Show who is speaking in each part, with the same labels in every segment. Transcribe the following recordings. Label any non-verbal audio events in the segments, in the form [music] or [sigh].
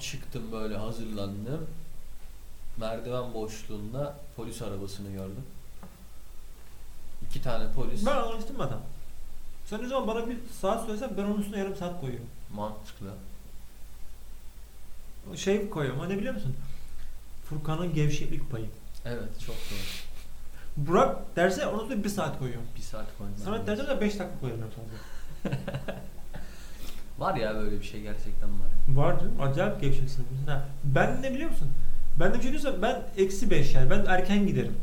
Speaker 1: çıktım böyle hazırlandım. Merdiven boşluğunda polis arabasını gördüm. İki tane polis.
Speaker 2: Ben anlaştım adam. Sen o zaman bana bir saat söylesen ben onun üstüne yarım saat koyuyorum.
Speaker 1: Mantıklı.
Speaker 2: Şey koyuyorum hani biliyor musun? Furkan'ın gevşeklik payı.
Speaker 1: Evet çok doğru.
Speaker 2: Burak derse onun üstüne bir saat koyuyorum.
Speaker 1: Bir saat koyman
Speaker 2: Sanat
Speaker 1: lazım.
Speaker 2: derse de 5 dakika koyuyorum fazla.
Speaker 1: Var ya böyle bir şey gerçekten var.
Speaker 2: Var canım acayip gevşek sınıfımız. Ha, ben ne biliyor musun? Ben de bir şey diyorsam ben eksi 5 yani ben erken giderim.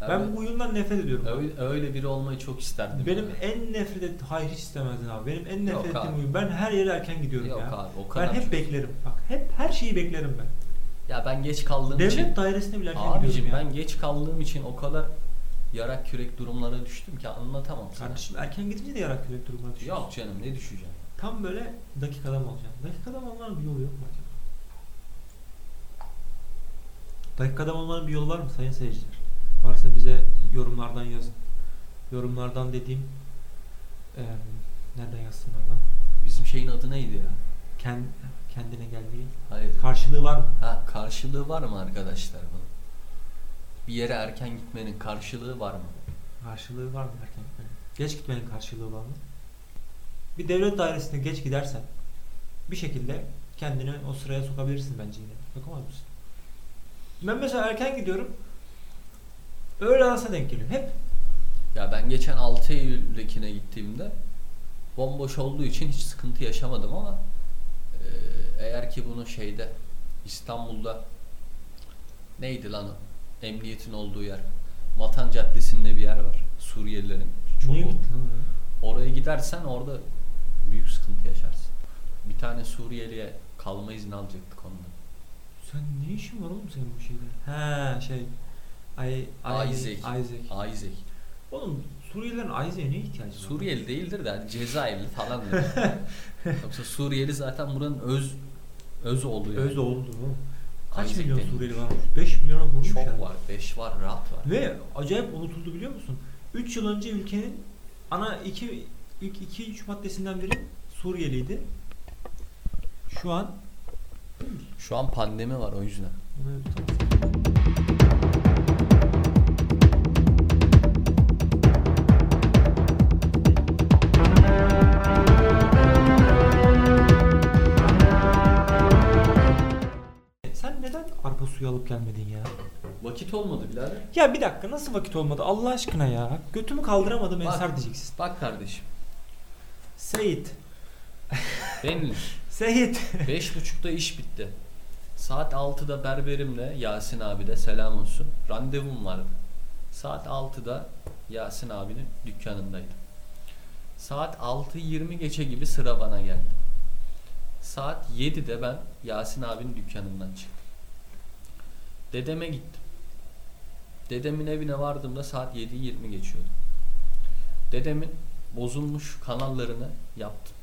Speaker 2: Ben
Speaker 1: Evet.
Speaker 2: bu uyumdan nefret ediyorum.
Speaker 1: öyle, öyle biri olmayı çok isterdim.
Speaker 2: Benim
Speaker 1: yani.
Speaker 2: en nefret et hayır hiç istemezdin abi. Benim en
Speaker 1: Yok
Speaker 2: nefret ettiğim
Speaker 1: abi.
Speaker 2: uyum. Ben her yere erken gidiyorum
Speaker 1: Yok
Speaker 2: ya.
Speaker 1: abi o
Speaker 2: Ben
Speaker 1: kadar.
Speaker 2: hep
Speaker 1: çok- şey.
Speaker 2: beklerim. Bak hep her şeyi beklerim ben.
Speaker 1: Ya ben geç kaldığım için.
Speaker 2: Devlet dairesine bile erken
Speaker 1: Abicim
Speaker 2: gidiyorum ya.
Speaker 1: ben geç kaldığım için o kadar yarak kürek durumlara düştüm ki anlatamam sana.
Speaker 2: Kardeşim erken gidince de yarak kürek durumuna düşüyorsun.
Speaker 1: Yok canım ne düşeceğim.
Speaker 2: Tam böyle dakikada mı olacaksın? Dakikada mı olmanın bir yolu yok mu acaba? Dakikada mı olmanın bir yolu var mı sayın seyirciler? Varsa bize yorumlardan yazın. Yorumlardan dediğim eee nereden yazsınlar lan?
Speaker 1: Bizim şeyin adı neydi ya?
Speaker 2: Kend, kendine geldiği.
Speaker 1: Hayır.
Speaker 2: Karşılığı var mı?
Speaker 1: Ha karşılığı var mı arkadaşlar bunun? Bir yere erken gitmenin karşılığı var mı?
Speaker 2: Karşılığı var mı erken gitmenin? Geç gitmenin karşılığı var mı? Bir devlet dairesine geç gidersen bir şekilde kendini o sıraya sokabilirsin bence yine. Sokamaz mısın? Ben mesela erken gidiyorum. Öğle arasına denk geliyor. Hep
Speaker 1: Ya ben geçen 6 Eylül'dekine gittiğimde bomboş olduğu için hiç sıkıntı yaşamadım ama e, eğer ki bunu şeyde İstanbul'da neydi lan o? Emniyetin olduğu yer. Vatan Caddesi'nde bir yer var. Suriyelilerin. Çok
Speaker 2: Niye
Speaker 1: oldu.
Speaker 2: gittin lan oraya?
Speaker 1: Oraya gidersen orada büyük sıkıntı yaşarsın. Bir tane Suriyeli'ye kalma izni alacaktık ondan.
Speaker 2: Sen ne işin var oğlum senin bu şeyde? He şey. Ay, ay,
Speaker 1: Isaac.
Speaker 2: Isaac.
Speaker 1: Isaac.
Speaker 2: Oğlum Suriyelilerin Isaac'e ne ihtiyacı var?
Speaker 1: Suriyeli değildir de hani Cezayirli falan
Speaker 2: [laughs]
Speaker 1: dedi. Yoksa Suriyeli zaten buranın öz öz oluyor.
Speaker 2: Öz oldu oğlum. Kaç
Speaker 1: Isaac
Speaker 2: milyon
Speaker 1: denilmiş.
Speaker 2: Suriyeli var? 5 milyona vurmuş herhalde.
Speaker 1: Çok var. 5 var. Rahat var.
Speaker 2: Ve acayip unutuldu biliyor musun? 3 yıl önce ülkenin ana iki ilk 2 3 maddesinden biri Suriyeliydi. Şu an
Speaker 1: Şu an pandemi var o yüzden.
Speaker 2: Sen neden arpa suyu alıp gelmedin ya?
Speaker 1: Vakit olmadı birader.
Speaker 2: Ya bir dakika nasıl vakit olmadı Allah aşkına ya. Götümü kaldıramadım Ensar diyeceksin.
Speaker 1: Bak kardeşim.
Speaker 2: Seyit.
Speaker 1: Benim
Speaker 2: [laughs] Seyit.
Speaker 1: Beş buçukta iş bitti. Saat 6'da berberimle Yasin abi de selam olsun. Randevum vardı. Saat 6'da Yasin abinin dükkanındaydım. Saat 6.20 geçe gibi sıra bana geldi. Saat 7'de ben Yasin abinin dükkanından çıktım. Dedeme gittim. Dedemin evine vardığımda saat 7.20 geçiyordu. Dedemin bozulmuş kanallarını yaptım.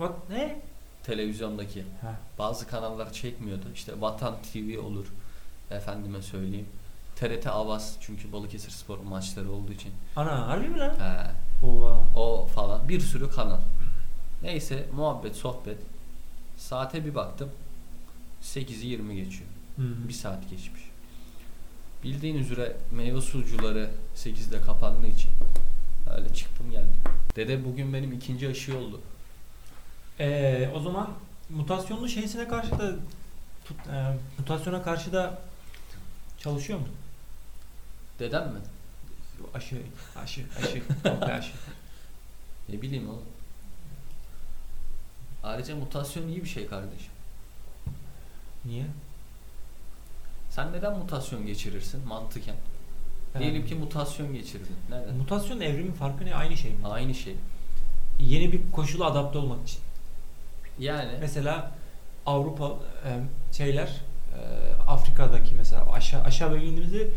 Speaker 2: Bak ne?
Speaker 1: Televizyondaki
Speaker 2: Ha.
Speaker 1: bazı kanallar çekmiyordu. İşte Vatan TV olur. Efendime söyleyeyim. TRT Avaz çünkü Balıkesir Spor maçları olduğu için.
Speaker 2: Ana harbi mi lan?
Speaker 1: He,
Speaker 2: Oha.
Speaker 1: o falan bir sürü kanal. Neyse muhabbet sohbet. Saate bir baktım. 8'i 20 geçiyor.
Speaker 2: Hmm.
Speaker 1: Bir saat geçmiş. Bildiğin üzere meyve sucuları 8'de kapandığı için öyle çıktım geldim. Dede bugün benim ikinci aşı oldu.
Speaker 2: Ee, o zaman mutasyonlu şeysine karşı da tut- e, mutasyona karşı da çalışıyor mu?
Speaker 1: Dedem mi?
Speaker 2: Aşı, aşı, [laughs] aşı, komple aşı.
Speaker 1: Ne bileyim oğlum. Ayrıca mutasyon iyi bir şey kardeşim.
Speaker 2: Niye?
Speaker 1: Sen neden mutasyon geçirirsin mantıken? Diyelim ki mutasyon geçirdin. Neden?
Speaker 2: mutasyon evrimin farkı ne? Aynı şey mi?
Speaker 1: Aynı şey.
Speaker 2: Yeni bir koşula adapte olmak için.
Speaker 1: Yani
Speaker 2: Mesela Avrupa e, şeyler e, Afrika'daki mesela aşağı aşağı bölge indiğimizde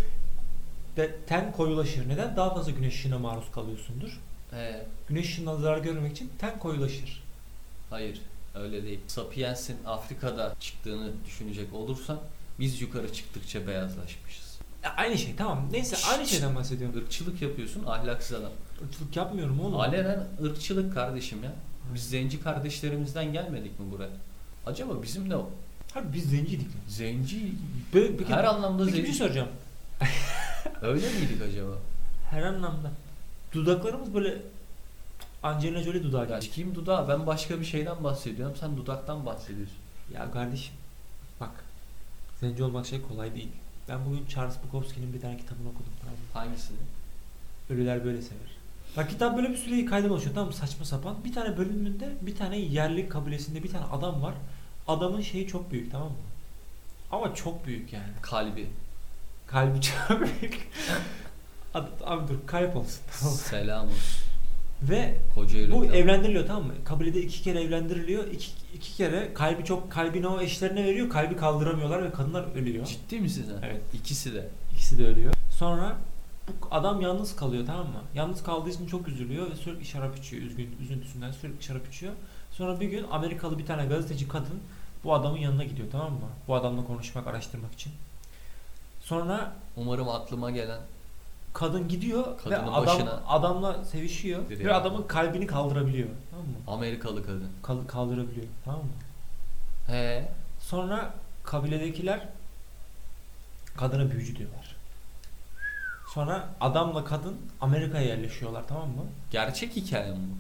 Speaker 2: de ten koyulaşır. Neden? Daha fazla güneş ışığına maruz kalıyorsundur.
Speaker 1: e,
Speaker 2: Güneş ışığından zarar görmemek için ten koyulaşır.
Speaker 1: hayır öyle değil. Sapiens'in Afrika'da çıktığını düşünecek olursan biz yukarı çıktıkça beyazlaşmışız.
Speaker 2: E, aynı şey tamam. Neyse aynı şeyden bahsediyorum.
Speaker 1: Irkçılık yapıyorsun ahlaksız adam.
Speaker 2: Irkçılık yapmıyorum oğlum.
Speaker 1: Alenen ırkçılık kardeşim ya. Biz zenci kardeşlerimizden gelmedik mi buraya? Acaba bizim de
Speaker 2: Harbi biz zenciydik. lan.
Speaker 1: zenci
Speaker 2: Böyle, peki,
Speaker 1: her anlamda
Speaker 2: peki bir şey
Speaker 1: zenci.
Speaker 2: soracağım.
Speaker 1: Öyle miydik acaba?
Speaker 2: Her anlamda. Dudaklarımız böyle Angelina Jolie dudağı
Speaker 1: Ya
Speaker 2: gibi.
Speaker 1: kim dudağı? Ben başka bir şeyden bahsediyorum. Sen dudaktan bahsediyorsun.
Speaker 2: Ya kardeşim bak zenci olmak şey kolay değil. Ben bugün Charles Bukowski'nin bir tane kitabını okudum. Tamam. mı?
Speaker 1: Hangisini?
Speaker 2: Ölüler böyle sever. Bak kitap böyle bir sürü kayda başlıyor tamam mı? saçma sapan. Bir tane bölümünde bir tane yerli kabilesinde bir tane adam var. Adamın şeyi çok büyük tamam mı? Ama çok büyük yani.
Speaker 1: Kalbi.
Speaker 2: Kalbi [laughs] çok büyük. abi, abi dur kalp olsun tamam mı?
Speaker 1: Selam olsun.
Speaker 2: Ve
Speaker 1: Kocaeli.
Speaker 2: bu evlendiriliyor tamam mı? Kabilede iki kere evlendiriliyor. İki, iki kere kalbi çok kalbini o eşlerine veriyor. Kalbi kaldıramıyorlar ve kadınlar ölüyor.
Speaker 1: Ciddi misin sen?
Speaker 2: Evet.
Speaker 1: İkisi de.
Speaker 2: İkisi de ölüyor. Sonra bu adam yalnız kalıyor tamam mı? Yalnız kaldığı için çok üzülüyor ve sürekli şarap içiyor. Üzgün, üzüntüsünden sürekli şarap içiyor. Sonra bir gün Amerikalı bir tane gazeteci kadın bu adamın yanına gidiyor tamam mı? Bu adamla konuşmak, araştırmak için. Sonra
Speaker 1: Umarım aklıma gelen
Speaker 2: kadın gidiyor ve
Speaker 1: Kadının
Speaker 2: adam,
Speaker 1: başına-
Speaker 2: adamla sevişiyor
Speaker 1: Direkt.
Speaker 2: ve adamın kalbini kaldırabiliyor. Tamam mı?
Speaker 1: Amerikalı kadın.
Speaker 2: Kal- kaldırabiliyor. Tamam mı?
Speaker 1: He.
Speaker 2: Sonra kabiledekiler kadına büyücü diyorlar. Sonra adamla kadın Amerika'ya yerleşiyorlar tamam mı?
Speaker 1: Gerçek hikaye mi bu?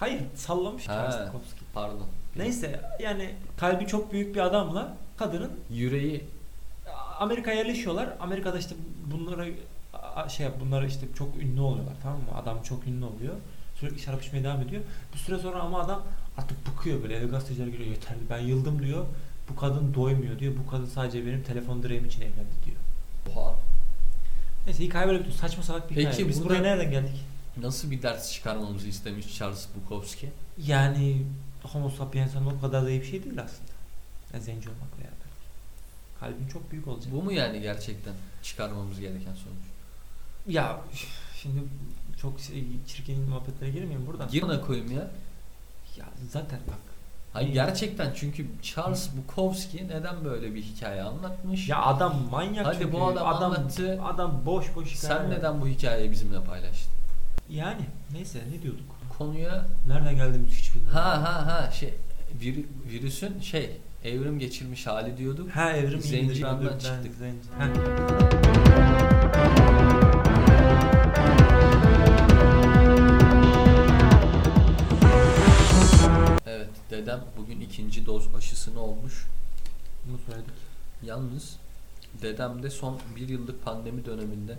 Speaker 2: Hayır sallamış
Speaker 1: Ha.
Speaker 2: Charles Bukowski.
Speaker 1: Pardon.
Speaker 2: Neyse yani kalbi çok büyük bir adamla kadının
Speaker 1: Yüreği
Speaker 2: Amerika'ya yerleşiyorlar. Amerika'da işte bunlara a- şey yap bunlara işte çok ünlü oluyorlar tamam mı? Adam çok ünlü oluyor. Sürekli şarap içmeye devam ediyor. Bir süre sonra ama adam artık bıkıyor böyle eve gazeteciler geliyor yeterli ben yıldım diyor. Bu kadın doymuyor diyor. Bu kadın sadece benim telefon direğim için evlendi diyor.
Speaker 1: Oha.
Speaker 2: Neyse hikaye böyle bitiyor. Saçma salak bir
Speaker 1: Peki,
Speaker 2: hikaye. Biz
Speaker 1: burada-
Speaker 2: buraya nereden geldik?
Speaker 1: Nasıl bir ders çıkarmamızı istemiş Charles Bukowski?
Speaker 2: Yani homo sapiens o kadar da iyi bir şey değil aslında. Yani zenci olmak veya belki. Kalbin çok büyük olacak.
Speaker 1: Bu mu yani gerçekten çıkarmamız gereken sonuç?
Speaker 2: Ya üf, şimdi çok şey, çirkin muhabbetlere girmeyeyim buradan.
Speaker 1: Gir ona koyayım ya.
Speaker 2: Ya zaten bak.
Speaker 1: Hayır gerçekten çünkü Charles Bukowski neden böyle bir hikaye anlatmış?
Speaker 2: Ya adam manyak
Speaker 1: Hadi
Speaker 2: çünkü.
Speaker 1: bu adam anlattı.
Speaker 2: Adam boş boş hikaye.
Speaker 1: Sen neden bu hikayeyi bizimle paylaştın?
Speaker 2: Yani neyse ne diyorduk?
Speaker 1: Konuya
Speaker 2: Nereden geldiğimizi hiç bilmiyorum.
Speaker 1: ha ha ha şey vir- virüsün şey evrim geçirmiş hali diyorduk.
Speaker 2: Ha evrim
Speaker 1: Zenci
Speaker 2: iyidir,
Speaker 1: yandan
Speaker 2: ben
Speaker 1: çıktık.
Speaker 2: Zenci. Ha.
Speaker 1: Evet dedem bugün ikinci doz aşısını olmuş.
Speaker 2: Bunu söyledik.
Speaker 1: Yalnız dedem de son bir yıllık pandemi döneminde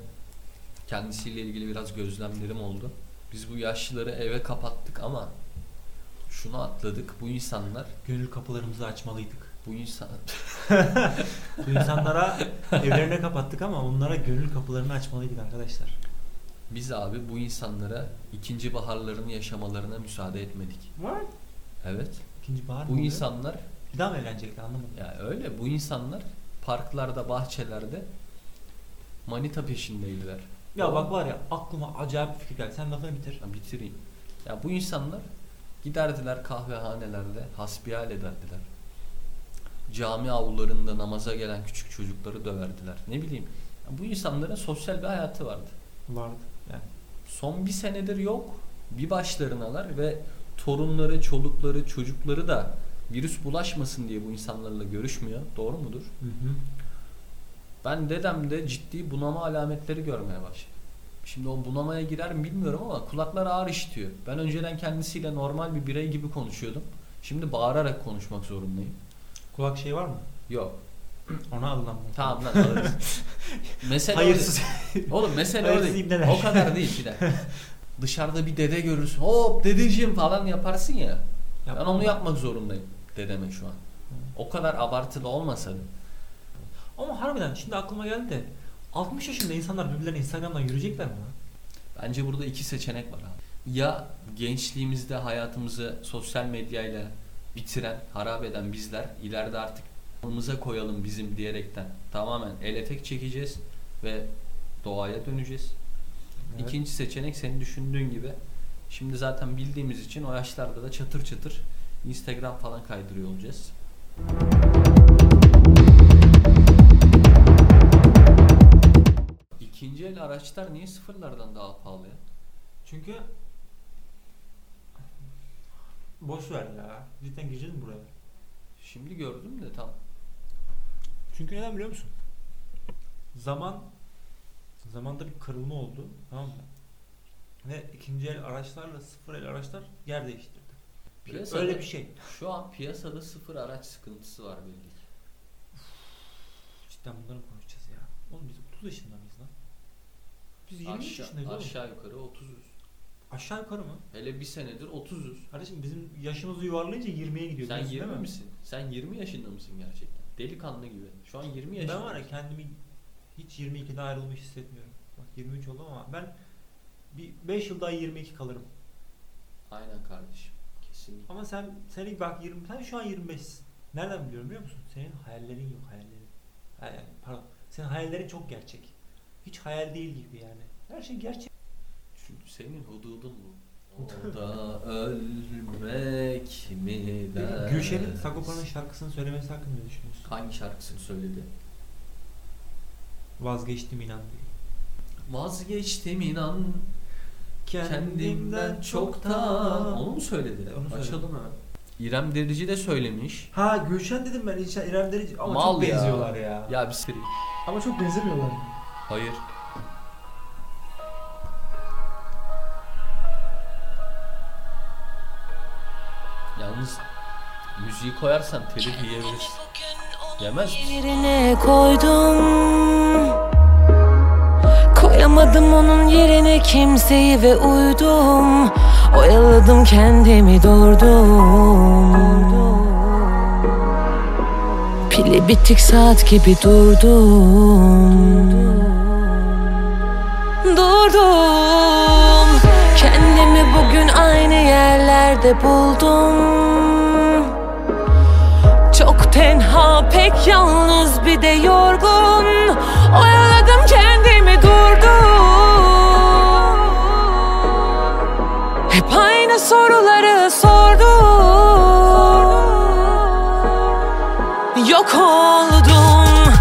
Speaker 1: kendisiyle ilgili biraz gözlemlerim oldu. Biz bu yaşlıları eve kapattık ama şunu atladık. Bu insanlar,
Speaker 2: Gönül kapılarımızı açmalıydık.
Speaker 1: bu insan [laughs]
Speaker 2: Bu insanlara evlerine kapattık ama onlara gönül kapılarını açmalıydık arkadaşlar.
Speaker 1: biz abi bu insanlara ikinci baharlarını yaşamalarına müsaade etmedik.
Speaker 2: Var.
Speaker 1: Evet.
Speaker 2: İkinci bahar mı
Speaker 1: Bu
Speaker 2: oluyor?
Speaker 1: insanlar
Speaker 2: Bir daha mı evlenecekler anlamadım.
Speaker 1: ya öyle bu insanlar parklarda, bahçelerde manita peşindeydiler.
Speaker 2: Ya bak var ya aklıma acayip bir fikir geldi. Sen lafını bitir.
Speaker 1: Ya bitireyim. Ya bu insanlar giderdiler kahvehanelerde hasbihal ederdiler. Cami avlularında namaza gelen küçük çocukları döverdiler. Ne bileyim. ya bu insanların sosyal bir hayatı vardı.
Speaker 2: Vardı. Yani.
Speaker 1: Son bir senedir yok. Bir başlarınalar ve torunları, çolukları, çocukları da virüs bulaşmasın diye bu insanlarla görüşmüyor. Doğru mudur?
Speaker 2: Hı hı.
Speaker 1: Ben dedemde ciddi bunama alametleri görmeye başladım. Şimdi o bunamaya girer mi bilmiyorum ama kulaklar ağır işitiyor. Ben önceden kendisiyle normal bir birey gibi konuşuyordum. Şimdi bağırarak konuşmak zorundayım.
Speaker 2: Kulak şey var mı?
Speaker 1: Yok.
Speaker 2: Ona alınan mı?
Speaker 1: Tamam lan
Speaker 2: [laughs]
Speaker 1: alırız. mesele o
Speaker 2: Hayırsız. [laughs]
Speaker 1: değil. Oğlum mesele o
Speaker 2: Hayırsız
Speaker 1: değil.
Speaker 2: ibneler.
Speaker 1: O kadar değil bir
Speaker 2: [laughs]
Speaker 1: dakika. Dışarıda bir dede görürsün. Hop dedeciğim falan yaparsın ya. Ben onu yapmak zorundayım dedeme şu an. O kadar abartılı olmasa da.
Speaker 2: Ama harbiden şimdi aklıma geldi de 60 yaşında insanlar birbirlerine Instagram'dan yürüyecekler mi lan?
Speaker 1: Bence burada iki seçenek var abi. Ya gençliğimizde hayatımızı sosyal medyayla bitiren, harap eden bizler ileride artık alnımıza koyalım bizim diyerekten tamamen ele tek çekeceğiz ve doğaya döneceğiz. İkinci seçenek senin düşündüğün gibi. Şimdi zaten bildiğimiz için o yaşlarda da çatır çatır Instagram falan kaydırıyor olacağız. İkinci el araçlar niye sıfırlardan daha pahalı ya?
Speaker 2: Çünkü boş ver ya. Cidden gireceğiz mi buraya?
Speaker 1: Şimdi gördüm de tam.
Speaker 2: Çünkü neden biliyor musun? Zaman zamanda bir kırılma oldu. Tamam mı? Ve ikinci el araçlarla sıfır el araçlar yer değiştirdi. Bir-
Speaker 1: Piyasada-
Speaker 2: Öyle bir şey.
Speaker 1: Şu an piyasada sıfır araç sıkıntısı var belli ki.
Speaker 2: Cidden bunları mı konuşacağız ya. Oğlum biz 30 yaşında mıyız lan? Biz 23 yaşındayız
Speaker 1: Aşağı,
Speaker 2: oğlum.
Speaker 1: aşağı yukarı 30'uz.
Speaker 2: Aşağı yukarı mı?
Speaker 1: Hele bir senedir 30'uz.
Speaker 2: Kardeşim bizim yaşımızı yuvarlayınca 20'ye gidiyor.
Speaker 1: Sen
Speaker 2: biliyorsun değil
Speaker 1: 20
Speaker 2: mi?
Speaker 1: misin? Sen 20 yaşında mısın gerçekten? Delikanlı gibi. Şu an 20 yaşında.
Speaker 2: Ben var ya kendimi hiç 22'de ayrılmış hissetmiyorum. Bak 23 oldum ama ben bir 5 yıl daha 22 kalırım.
Speaker 1: Aynen kardeşim. Kesinlikle.
Speaker 2: Ama sen senin bak 20 sen şu an 25'sin. Nereden biliyorum biliyor musun? Senin hayallerin yok hayallerin. Ay, pardon. Senin hayallerin çok gerçek. Hiç hayal değil gibi yani. Her şey gerçek.
Speaker 1: Çünkü senin hududun
Speaker 2: [laughs]
Speaker 1: bu. Orada ölmek mi der?
Speaker 2: Gülşen'in Sagopa'nın şarkısını söylemesi hakkında ne düşünüyorsun?
Speaker 1: Hangi şarkısını söyledi?
Speaker 2: Vazgeçtim inan diye.
Speaker 1: Vazgeçtim inan kendimden çoktan. Onu mu söyledi?
Speaker 2: Onu söyledi.
Speaker 1: Açalım ha. İrem Derici de söylemiş.
Speaker 2: Ha Gülşen dedim ben İlşen- İrem Derici ama
Speaker 1: Mal
Speaker 2: çok
Speaker 1: ya.
Speaker 2: benziyorlar ya.
Speaker 1: Ya bir seri.
Speaker 2: Ama çok benzemiyorlar.
Speaker 1: Hayır. Yalnız müziği koyarsan telif yiyebilirsin. Yemez misin?
Speaker 3: Yerine koydum Koyamadım onun yerine kimseyi ve uydum Oyaladım kendimi durdum Pili bitik saat gibi durdum Durdum Kendimi bugün aynı yerlerde buldum çok tenha pek yalnız bir de yorgun Oyaladım kendimi durdum Hep aynı soruları sordum Yok oldum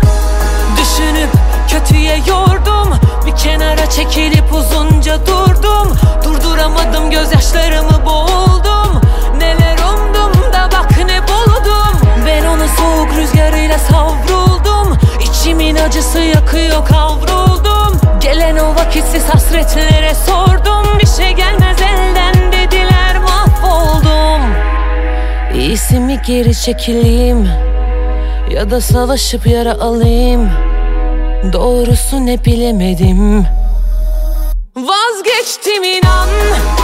Speaker 3: Düşünüp kötüye yordum Bir kenara çekilip uzunca durdum Durduramadım gözyaşlarımı boğuldum Neler umdum da bak ne buldum Ben onu soğuk rüzgarıyla savruldum İçimin acısı yakıyor kavruldum Gelen o vakitsiz hasretlere sordum Bir şey gelmez elden dediler mahvoldum İyisi mi geri çekileyim ya da savaşıp yara alayım Doğrusu ne bilemedim Vazgeçtim inan